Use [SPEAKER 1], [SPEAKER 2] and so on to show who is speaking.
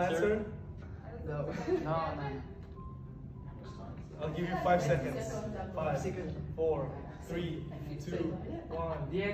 [SPEAKER 1] answer?
[SPEAKER 2] No.
[SPEAKER 3] No, no.
[SPEAKER 1] I'll give you five seconds.
[SPEAKER 4] Second.
[SPEAKER 1] Five,
[SPEAKER 2] Second.
[SPEAKER 1] four, three, two, one.
[SPEAKER 3] Diego.